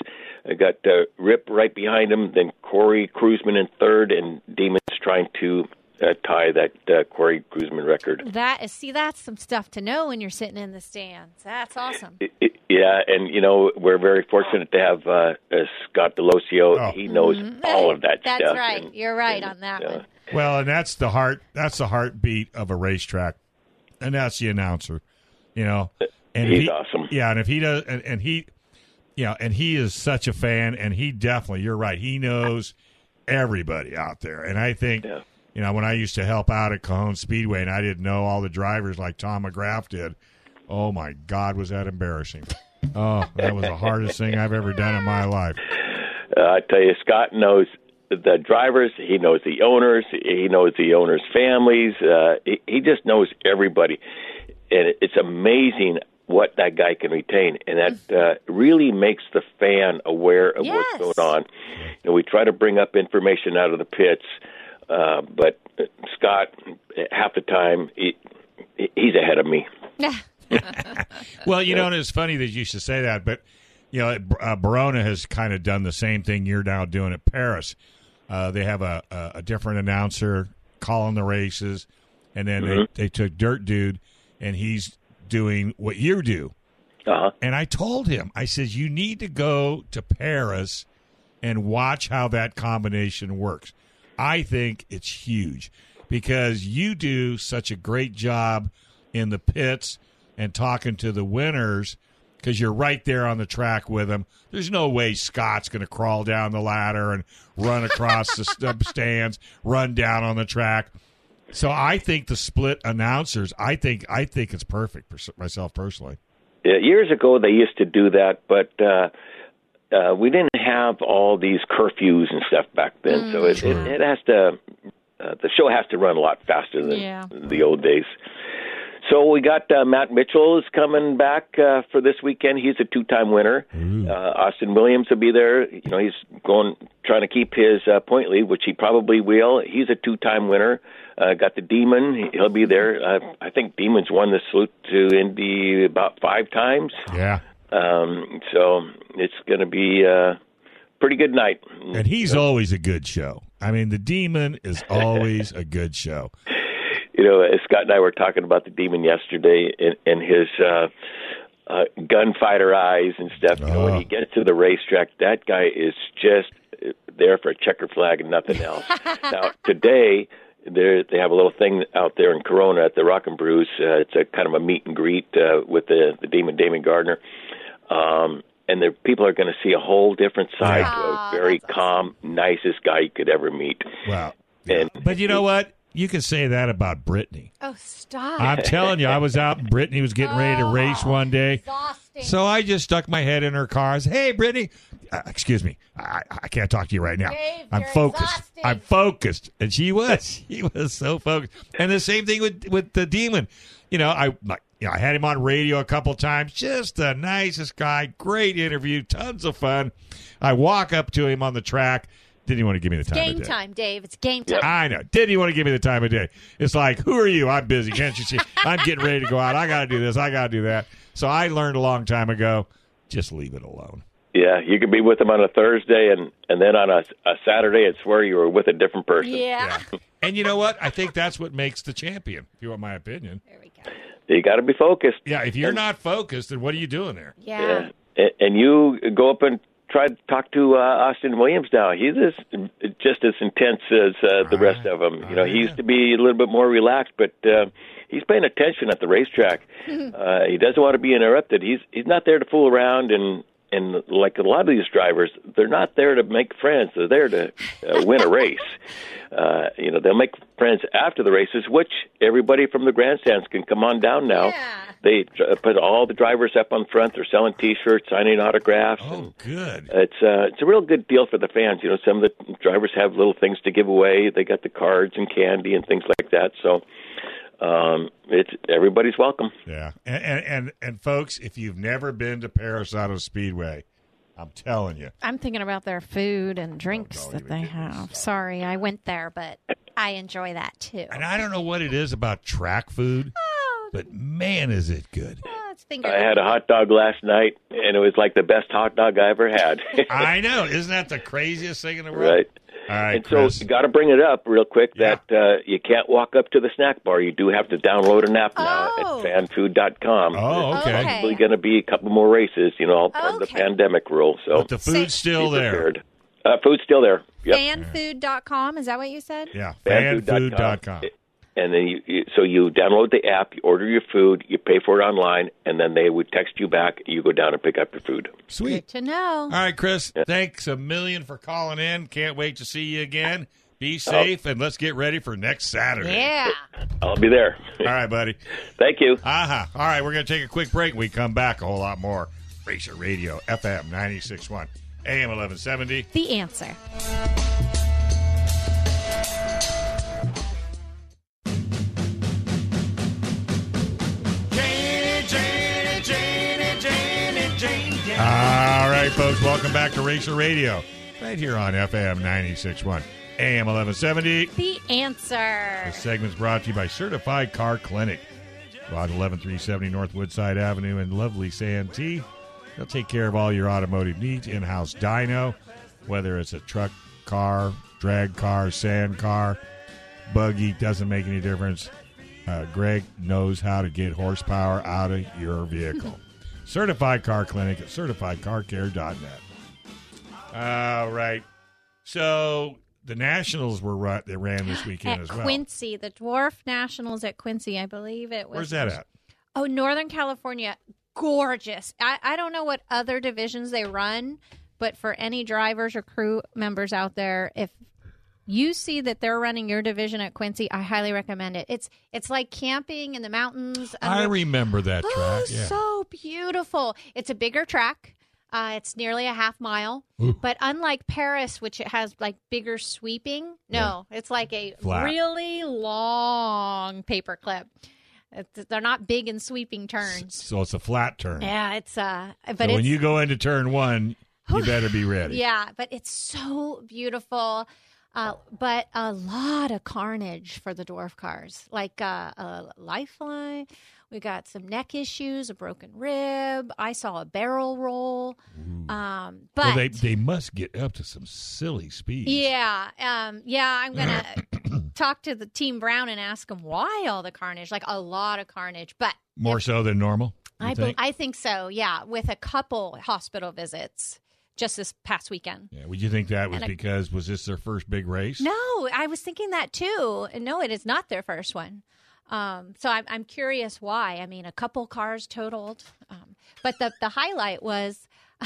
G: I got uh, Rip right behind him, then Corey Cruzman in third, and Demons trying to uh, tie that uh, Corey Cruzman record.
F: That is, see, that's some stuff to know when you're sitting in the stands. That's awesome.
G: It- it- Yeah, and you know we're very fortunate to have uh, uh, Scott Delosio.
E: Oh.
G: He knows all of that
F: Mm-hmm. That's
G: stuff.
F: right.
G: and-
F: you're right on that one.
E: Well, and that's the heart. That's the heartbeat of a racetrack, and that's the announcer. You know, and if
G: He's
E: he-
G: awesome.
E: Yeah, and if he does, and, and he, you know, and he is such a fan, and he definitely, you're right, he knows everybody out there, and I think.
G: Yeah.
E: You know, when I used to help out at Cajon Speedway and I didn't know all the drivers like Tom McGrath did, oh my God, was that embarrassing? Oh, that was the hardest thing I've ever done in my life.
G: Uh, I tell you, Scott knows the drivers. He knows the owners. He knows the owners' families. Uh, he, he just knows everybody, and it, it's amazing what that guy can retain. And that uh, really makes the fan aware of
F: Yes.
G: what's going on. You know, we try to bring up information out of the pits, uh, but uh, Scott, half the time, he, he- he's ahead of me.
E: Well, you know, and it's funny that you should say that, but you know, uh, Barona has kind of done the same thing you're now doing at Paris. Uh, they have a, a, a different announcer calling the races, and then they, they took Dirt Dude, and he's doing what you do.
G: Uh-huh.
E: And I told him, I says, you need to go to Paris and watch how that combination works. I think it's huge because you do such a great job in the pits and talking to the winners because you're right there on the track with them. There's no way Scott's going to crawl down the ladder and run across the st- stands, run down on the track. So I think the split announcers, I think I think it's perfect for s- myself personally.
G: Yeah, Uh, years ago they used to do that, but uh, uh, we didn't have all these curfews and stuff back then, so it, it, it has to. Uh, the show has to run a lot faster than
F: Yeah.
G: the old days. So we got uh, Matt Mitchell is coming back uh, for this weekend. He's a two-time winner. Uh, Austin Williams will be there. You know, he's going trying to keep his uh, point lead, which he probably will. He's a two-time winner. Uh, got the Demon. He'll be there. Uh, I think Demon's won the salute to Indy about five times.
E: Yeah.
G: Um, so it's going to be a pretty good night.
E: And he's always a good show. I mean, the demon is always a good show.
G: you know, as Scott and I were talking about the demon yesterday and, and his uh, uh, gunfighter eyes and stuff. You know, when he gets to the racetrack, that guy is just uh, there for a checker flag and nothing else. now today. There, they have a little thing out there in Corona at the Rock and Brews. Uh, it's a kind of a meet and greet uh, with the the Demon Damon Gardner, um, and the people are going to see a whole different side to a very calm, nicest guy you could ever meet.
E: Wow.
G: And
E: But you know what? You can say that about Brittany.
F: Oh, stop.
E: I'm telling you, I was out and Brittany was getting ready to race one day. So I just stuck my head in her car. I said, hey, Brittany, uh, excuse me, I, I can't talk to you right now. I'm focused. I'm focused, and she was. She was so focused. And the same thing with with the demon. You know, I like you know, I had him on radio a couple times. Just the nicest guy. Great interview. Tons of fun. I walk up to him on the track. Didn't he want to give me the time? of
F: Game
E: day.
F: time, Dave. It's game time.
E: I know. Didn't you want to give me the time of day? It's like, who are you? I'm busy. Can't you see? I'm getting ready to go out. I got to do this. I got to do that. So I learned a long time ago, just leave it alone.
G: Yeah, you could be with them on a Thursday, and and then on a, a Saturday, it's where you were with a different person.
F: Yeah.
E: And you know what? I think that's what makes the champion, if you want my opinion.
F: There we go.
G: You got to be focused.
E: Yeah, if you're not focused, then what are you doing there?
F: Yeah.
G: And, and you go up and try to talk to uh, Austin Williams now. He's as, just as intense as uh, the rest of them.
F: Oh,
G: You know, he used to be a little bit more relaxed, but uh, he's paying attention at the racetrack. uh, he doesn't want to be interrupted. He's he's not there to fool around and. And like a lot of these drivers, they're not there to make friends. They're there to uh, win a race. Uh, you know, they'll make friends after the races, which everybody from the grandstands can come on down now.
F: Yeah.
G: They uh, put all the drivers up on front. They're selling T-shirts, signing autographs. and
E: Oh, good.
G: it's uh, it's a real good deal for the fans. You know, some of the drivers have little things to give away. They got the cards and candy and things like that. So um, it's everybody's welcome.
E: Yeah, and, and and and folks, if you've never been to Paris Auto Speedway, I'm telling you,
F: I'm thinking about their food
E: Oh,
F: and drinks that they have. Sorry, I went there, but I enjoy that too.
E: and I don't know what it is about track food,
F: Oh,
E: but man, is it good!
F: oh, it's finger.
G: I had a hot dog last night, and it was like the best hot dog I ever had.
E: I know, isn't that the craziest thing in the world?
G: right.
E: All right,
G: and
E: Chris.
G: so, got to bring it up real quick
E: Yeah.
G: that uh, you can't walk up to the snack bar. You do have to download an app now
F: Oh.
G: at fanfood.com.
E: oh, okay.
F: Okay.
G: Probably going to be a couple more races, you know, all part of the
F: Okay.
G: pandemic rule. So
E: But the food's still
G: be
E: there.
G: prepared. Uh, food's still there. Yep.
F: Fanfood.com. Is that what you said?
E: Yeah,
G: fanfood.com.
E: fanfood.com.
G: And then you, you, so you download the app, you order your food, you pay for it online, and then they would text you back. You go down and pick up your food.
F: Good
E: Sweet.
F: to know.
E: All right, Chris. Thanks a million for calling in. Can't wait to see you again. Be safe, and let's get ready for next Saturday.
F: Yeah.
G: I'll be there.
E: All right, buddy.
G: Thank you.
E: Uh-huh. All right, we're going to take a quick break. We come back a whole lot more. Racer Radio, FM 96.1, AM 1170.
F: The answer.
E: All right, folks, welcome back to Racer Radio, right here on FM 96.1, AM 1170.
F: The answer.
E: This segment's brought to you by Certified Car Clinic. Route 11370 North Woodside Avenue in lovely Santee. They'll take care of all your automotive needs, in house dyno, whether it's a truck, car, drag car, sand car, buggy, doesn't make any difference. Uh, Greg knows how to get horsepower out of your vehicle. Certified Car Clinic at certifiedcarcare.net. All right. So the Nationals were run, they ran this weekend
F: At
E: as well.
F: Quincy, the Dwarf Nationals at Quincy, I believe it was.
E: Where's that at?
F: Oh, Northern California, gorgeous. I, I don't know what other divisions they run, but for any drivers or crew members out there, if you see that they're running your division at Quincy, I highly recommend it. It's it's like camping in the mountains.
E: I
F: under-
E: remember that track.
F: Oh,
E: yeah.
F: so beautiful. It's a bigger track. Uh, it's nearly a half mile, but unlike Paris, which it has like bigger sweeping, no, it's like a
E: Flat.
F: really long paperclip. It's, they're not big and sweeping turns.
E: so it's a flat turn.
F: Yeah, it's uh,
E: So
F: but it's
E: when you go into turn one, you better be ready.
F: yeah, but it's so beautiful. Uh, but a lot of carnage for the dwarf cars, like uh, a lifeline. We got some neck issues, a broken rib. I saw a barrel roll. Um, but
E: Well, they they must get up to some silly speed.
F: yeah, um, yeah, I'm gonna talk to the team Brown and ask them why all the carnage, like a lot of carnage. But
E: More so than normal. you
F: I,
E: think?
F: think? I think so. Yeah, with a couple hospital visits just this past weekend.
E: yeah. Would you think that was
F: And I-
E: because was this their first big race?
F: No, I was thinking that too. No, it is not their first one. Um, so I'm, I'm curious why. I mean, a couple cars totaled. Um, but the, the highlight was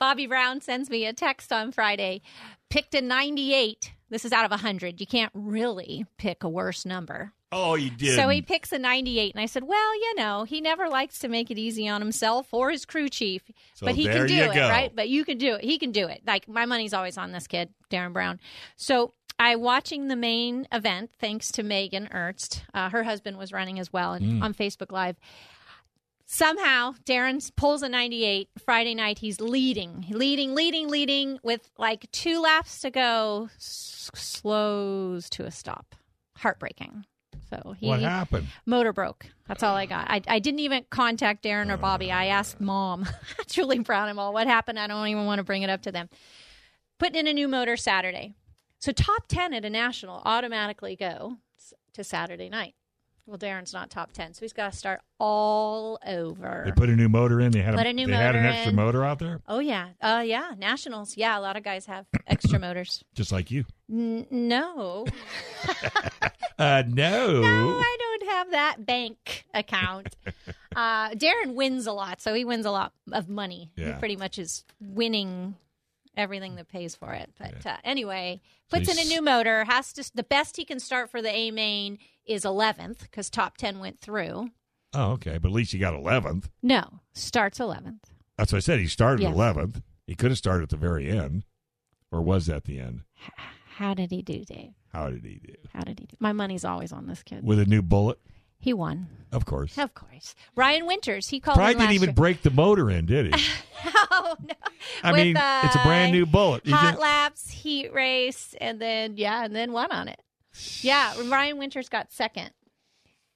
F: Bobby Brown sends me a text on Friday, picked a 98. This is out of 100. You can't really pick a worse number.
E: Oh, you did.
F: So he picks a 98. And I said, well, you know, he never likes to make it easy on himself or his crew chief,
E: So
F: but he
E: there
F: can do
E: you
F: it,
E: go.
F: right? But you can do it. He can do it. Like, my money's always on this kid, Darren Brown. So I watching the main event thanks to Megan Ernst. Uh, her husband was running as well
E: Mm.
F: and on Facebook Live. Somehow Darren pulls a 98 Friday night. He's leading, leading, leading, leading with like two laps to go. S- slows to a stop. Heartbreaking. So he
E: What happened?
F: motor broke. That's all I got. I, I didn't even contact Darren or Bobby. I asked mom, Julie Brownham, what happened. I don't even want to bring it up to them. Putting in a new motor Saturday. So top 10 at a national automatically go s- to Saturday night. Well, Darren's not top 10, so he's got to start all over.
E: They put a new motor in. They had
F: Put
E: a,
F: a new
E: They had an
F: motor
E: extra
F: in.
E: motor out there,
F: oh, yeah. Uh, yeah. Nationals. Yeah. A lot of guys have extra motors.
E: just like you.
F: N- no.
E: Uh, no.
F: No, I don't have that bank account. uh, Darren wins a lot, so he wins a lot of money.
E: Yeah.
F: He pretty much is winning everything that pays for it. But uh, anyway, puts in a
E: he's-
F: new motor. Has to the best he can start for the A main is eleventh because top ten went through.
E: Oh, okay. But at least you got eleventh.
F: No, starts eleventh.
E: That's what I said. He started
F: Yes.
E: eleventh. He could have started at the very end, or was that the end?
F: How did he do, Dave?
E: How did he do?
F: How did he do? My money's always on this kid.
E: With a new bullet,
F: He won,
E: of course.
F: of course. Ryan Winters. He called.
E: Probably
F: in last
E: didn't even
F: year.
E: break the motor in, did he?
F: oh no!
E: I
F: With,
E: mean, it's a brand
F: uh,
E: new bullet. You
F: hot
E: just-
F: laps, heat race, and then yeah, and then won on it. Yeah, Ryan Winters got second,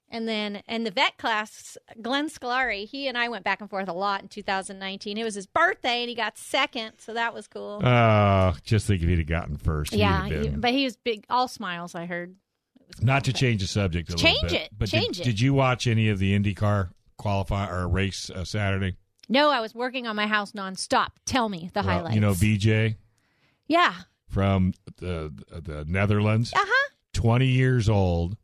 F: and then in the vet class, Glenn Scolari, he and I went back and forth a lot in 2019. It was his birthday, and he got second, so that was cool.
E: Oh, just think if he'd have gotten first. he'd
F: yeah,
E: have
F: he-
E: been-
F: but he was big, all smiles. I heard.
E: not to change the subject. A
F: Change
E: little bit,
F: it.
E: But did-
F: Change
E: did,
F: it.
E: you watch any of the IndyCar qualify or race uh, Saturday?
F: No, I was working on my house nonstop. Tell me the
E: Well,
F: highlights.
E: You know, BJ
F: yeah,
E: from the the Netherlands,
F: uh-huh.
E: twenty years old,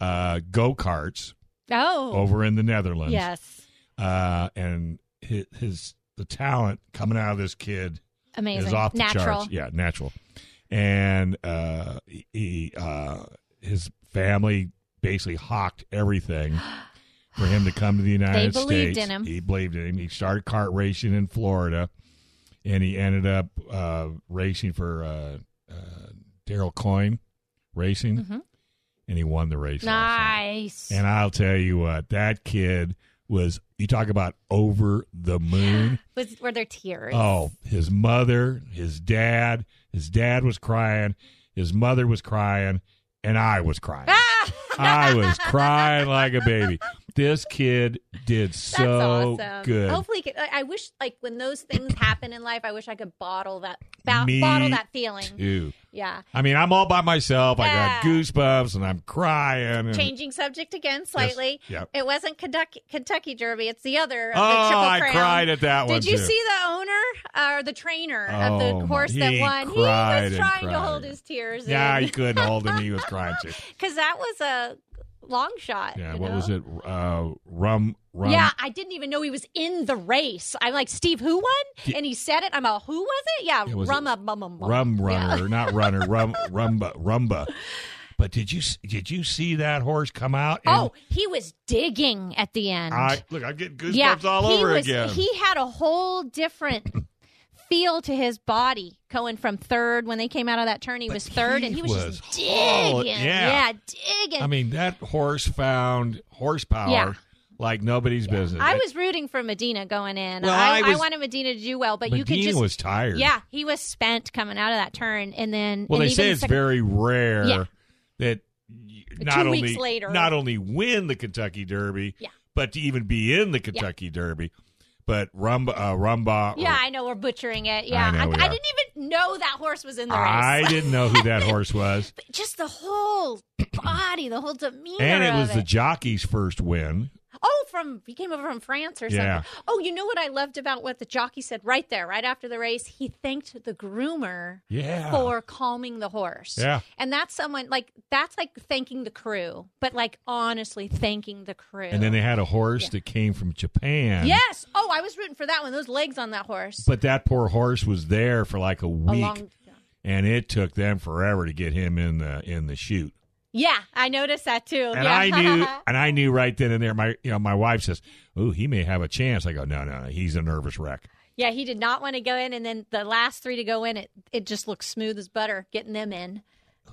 E: uh, go karts
F: Oh,
E: over in the Netherlands.
F: yes,
E: uh, and his, his the talent coming out of this kid
F: amazing,
E: is off the
F: natural.
E: charts. Yeah, natural. And uh, he, uh, his family basically hawked everything for him to come to the United States.
F: believed in him.
E: He believed in him. He started kart racing in Florida, and he ended up uh, racing for uh, uh, Daryl Coyne Racing, and he won the race. last night.
F: Mm-hmm. Nice.
E: And I'll tell you what, that kid was. You talk about over the moon.
F: Was, were there tears?
E: Oh, his mother, his dad, his dad was crying, his mother was crying, and I was crying. I was crying like a baby. This kid did
F: That's
E: so
F: awesome. Oh,
E: good.
F: Hopefully, I I wish like when those things happen in life, I wish I could bottle that bo-
E: Me
F: bottle that feeling.
E: too.
F: Yeah.
E: I mean, I'm all by myself. I
F: Yeah.
E: got goosebumps and I'm crying. And
F: Changing subject again slightly.
E: Mm. Yep.
F: It wasn't Kentucky, Kentucky Derby. It's the other. Of
E: oh,
F: the Triple
E: I
F: Crown.
E: cried at that one.
F: Did you
E: too.
F: see the owner uh, or the trainer
E: Oh,
F: of the horse
E: my-
F: that
E: he
F: won?
E: cried
F: he was
E: and
F: trying to
E: cried.
F: hold his tears
E: Yeah,
F: in
E: he couldn't hold him. He was crying too.
F: because that was a long shot.
E: Yeah,
F: you
E: what
F: know?
E: was it? Uh, rum, rum.
F: Yeah, I didn't even know he was in the race. I'm like, Steve, who won? And he said it. I'm all, who was it? Yeah,
E: Yeah, was it-
F: Rumma Bum Bum Bum.
E: rum runner, not runner, rum rumba rumba. But did you s- did you see that horse come out? And
F: Oh, he was digging at the end.
E: I look, I'm getting goosebumps
F: yeah,
E: all
F: he
E: over
F: was,
E: again.
F: He had a whole different feel to his body going from third when they came out of that turn. He was third,
E: he
F: and he was,
E: was
F: just digging.
E: haul- yeah.
F: digging.
E: I mean, that horse found horsepower
F: Yeah.
E: like nobody's business.
F: I was rooting for Medina going in.
E: Well, I
F: I, I,
E: was-
F: wanted Medina to do well, but
E: Medina
F: you could just
E: was tired.
F: yeah, he was spent coming out of that turn, and then
E: Well,
F: and
E: they
F: even
E: say
F: the
E: it's
F: second-
E: very rare
F: Yeah.
E: that y- not
F: Two
E: only
F: weeks later.
E: not only win the Kentucky Derby,
F: Yeah.
E: but to even be in the Kentucky Derby. But rumba, uh, rumba. or-
F: Yeah, I know we're butchering it. Yeah,
E: know
F: I,
E: we
F: I
E: are.
F: didn't even know that horse was in the
E: I
F: race.
E: didn't know who that horse was.
F: But just the whole body, the whole demeanor.
E: and it
F: of
E: was the jockey's first win.
F: oh from he came over from France or something.
E: Yeah.
F: Oh, you know what I loved about what the jockey said right there, right after the race. He thanked the groomer.
E: Yeah.
F: For calming the horse.
E: Yeah.
F: And that's someone like that's like thanking the crew, but like honestly thanking the crew.
E: And then they had a horse that came from Japan.
F: Yes. Oh, I was rooting for that one. Those legs on that horse.
E: But that poor horse was there for like a
F: A
E: week,
F: long-
E: and it took them forever to get him in the in the chute.
F: yeah, I noticed that too.
E: And
F: yeah.
E: I knew, and I knew right then and there. My you know my wife says, "Ooh, he may have a chance." I go, "No, no, no he's a nervous wreck."
F: Yeah, he did not want to go in, and then the last three to go in, it it just looked smooth as butter getting them in.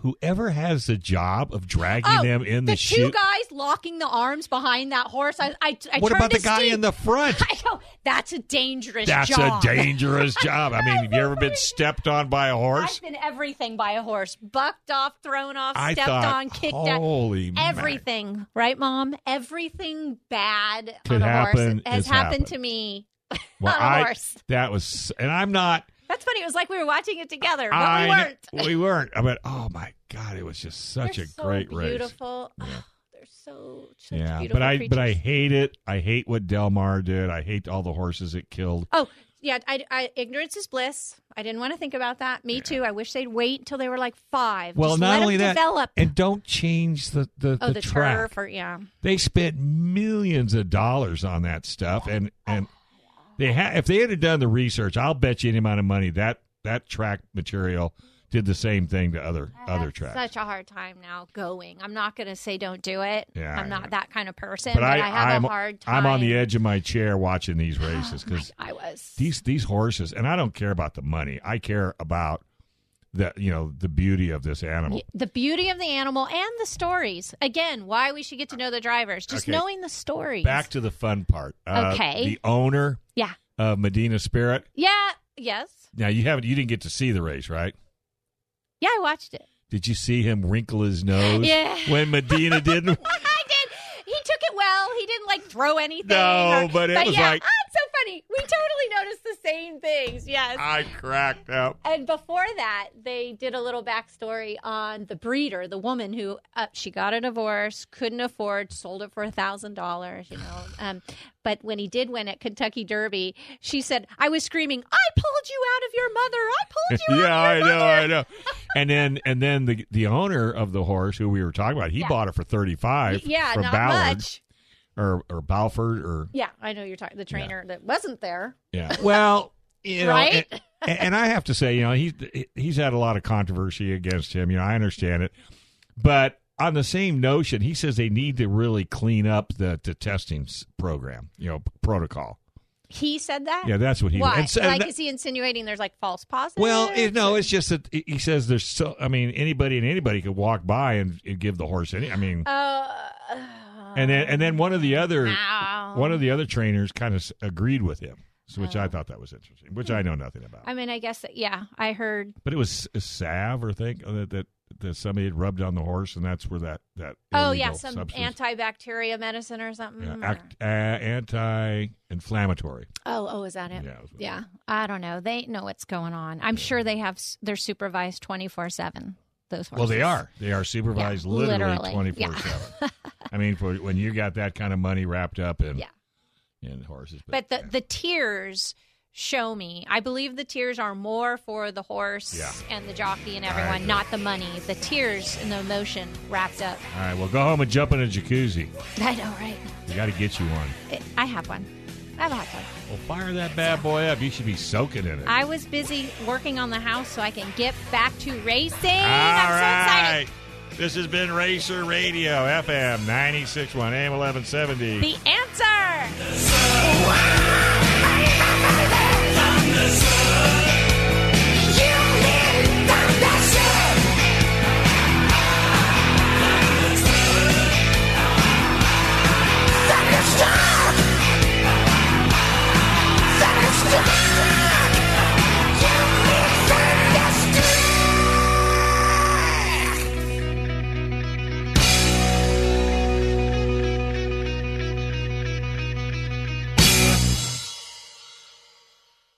E: whoever has the job of dragging
F: Oh,
E: them in the,
F: the, two
E: chute.
F: guys locking the arms behind that horse. I, I, I
E: what
F: turned
E: about the
F: to
E: guy
F: Steve.
E: in the front?
F: I go, that's a dangerous
E: That's
F: job.
E: a dangerous job. I mean, have you ever been
F: I've
E: stepped on by a horse?
F: I've been everything by a horse. Bucked off, thrown off,
E: I
F: stepped
E: thought, oh,
F: on, kicked out.
E: holy mac-
F: Everything, right, Mom? Everything bad
E: Could
F: on a
E: happen,
F: horse has
E: it's
F: happened,
E: happened.
F: to me
E: Well,
F: on a
E: I,
F: horse.
E: That was, and I'm not.
F: That's funny. It was like we were watching it together, but we
E: I
F: weren't.
E: we weren't. I mean, oh my god, it was just such
F: They're
E: a
F: so
E: great race.
F: beautiful. Ah,
E: Yeah.
F: They're so such
E: Yeah,
F: beautiful
E: but I but I
F: creatures.
E: hate it. I hate what Delmar did. I hate all the horses it killed.
F: Oh, yeah. I, I, ignorance is bliss. I didn't want to think about that. Me too. I wish they'd wait until they were like five.
E: Well,
F: Just
E: not
F: let
E: only
F: them
E: that,
F: develop.
E: and don't change the the,
F: oh,
E: the,
F: the
E: track.
F: turf or yeah.
E: They spent millions of dollars on that stuff, and and they ha- if they had done the research, I'll bet you any amount of money that that track material did the same thing to other other tracks.
F: Such a hard time now going. I'm not going to say don't do it.
E: Yeah, I
F: I'm not
E: know.
F: that kind of person.
E: but
F: But,
E: I,
F: I, have
E: I'm
F: a hard time.
E: I'm on the edge of my chair watching these races because
F: I was.
E: these these horses and i don't care about the money i care about the you know the beauty of this animal
F: the beauty of the animal and the stories. Again, why we should get to know the drivers. Just
E: Okay.
F: knowing the stories.
E: back to the fun part Uh,
F: Okay.
E: the owner
F: yeah.
E: of medina spirit
F: Yeah. Yes.
E: now you haven't you didn't get to see the race right
F: Yeah, I watched it.
E: did you see him wrinkle his nose
F: Yeah.
E: when medina didn't
F: I did. He took it well. He didn't like throw anything.
E: No,
F: or-
E: but it was
F: yeah,
E: like-
F: Ah, it's so funny. We totally noticed the same things. Yes.
E: i cracked up
F: and before that, they did a little backstory on the breeder, the woman who uh, she got a divorce, couldn't afford, sold it for a thousand dollars. You know, um, but when he did win at Kentucky Derby, she said, "I was screaming, I pulled you out of your mother. I pulled you
E: yeah
F: out
E: i
F: of your
E: know
F: mother."
E: i know and then and then the the owner of the horse who we were talking about he
F: Yeah.
E: bought it for 35
F: yeah,
E: from
F: not
E: ballard
F: much.
E: or or balford or
F: Yeah, I know you're talking the trainer that wasn't there.
E: Yeah. Well, you know,
F: Right?
E: and, and I have to say, you know, he's he's had a lot of controversy against him. You know, I understand it, but on the same notion, he says they need to really clean up the the testing s- program, you know, p- protocol.
F: He said that.
E: Yeah, that's what he.
F: Why?
E: and so- and
F: like,
E: that-
F: is he insinuating there's like false positives?
E: well, it, no, it's just that he he says there's so. I mean, anybody and anybody could walk by and, and give the horse any. I mean,
F: Uh,
E: and then and then one of the other
F: Ow. Oh.
E: one of the other trainers kind of agreed with him, so, which I thought that was interesting, which I know nothing about.
F: I mean, I guess that, yeah, I heard.
E: But it was s- salve or thing uh, that that, that somebody had rubbed on the horse, and that's where that that
F: Oh
E: illegal
F: yeah, some
E: substance-
F: antibacteria medicine or something.
E: yeah,
F: or-
E: act, uh, anti-inflammatory.
F: oh, oh, is that it?
E: Yeah, that's what-
F: Yeah, I don't know. They know what's going on. I'm sure they have. s- They're supervised twenty four seven. Those horses.
E: Well, they are they are supervised
F: Yeah,
E: literally
F: literally.
E: twenty four seven. I mean, for when you got that kind of money wrapped up in
F: Yeah.
E: in horses,
F: But the the tears show me. I believe the tears are more for the horse
E: Yeah.
F: and the jockey and
E: I agree.
F: everyone, not the money. The tears and the emotion wrapped up.
E: all right, well, go home and jump in a jacuzzi.
F: I know, right?
E: We got to get you one.
F: It, I have one. I have a hot tub.
E: Well, fire that bad boy up. You should be soaking in it.
F: I was busy working on the house so I can get back to racing.
E: All
F: I'm so
E: right.
F: excited.
E: This has been Racer Radio, FM 961 AM 1170.
F: The answer.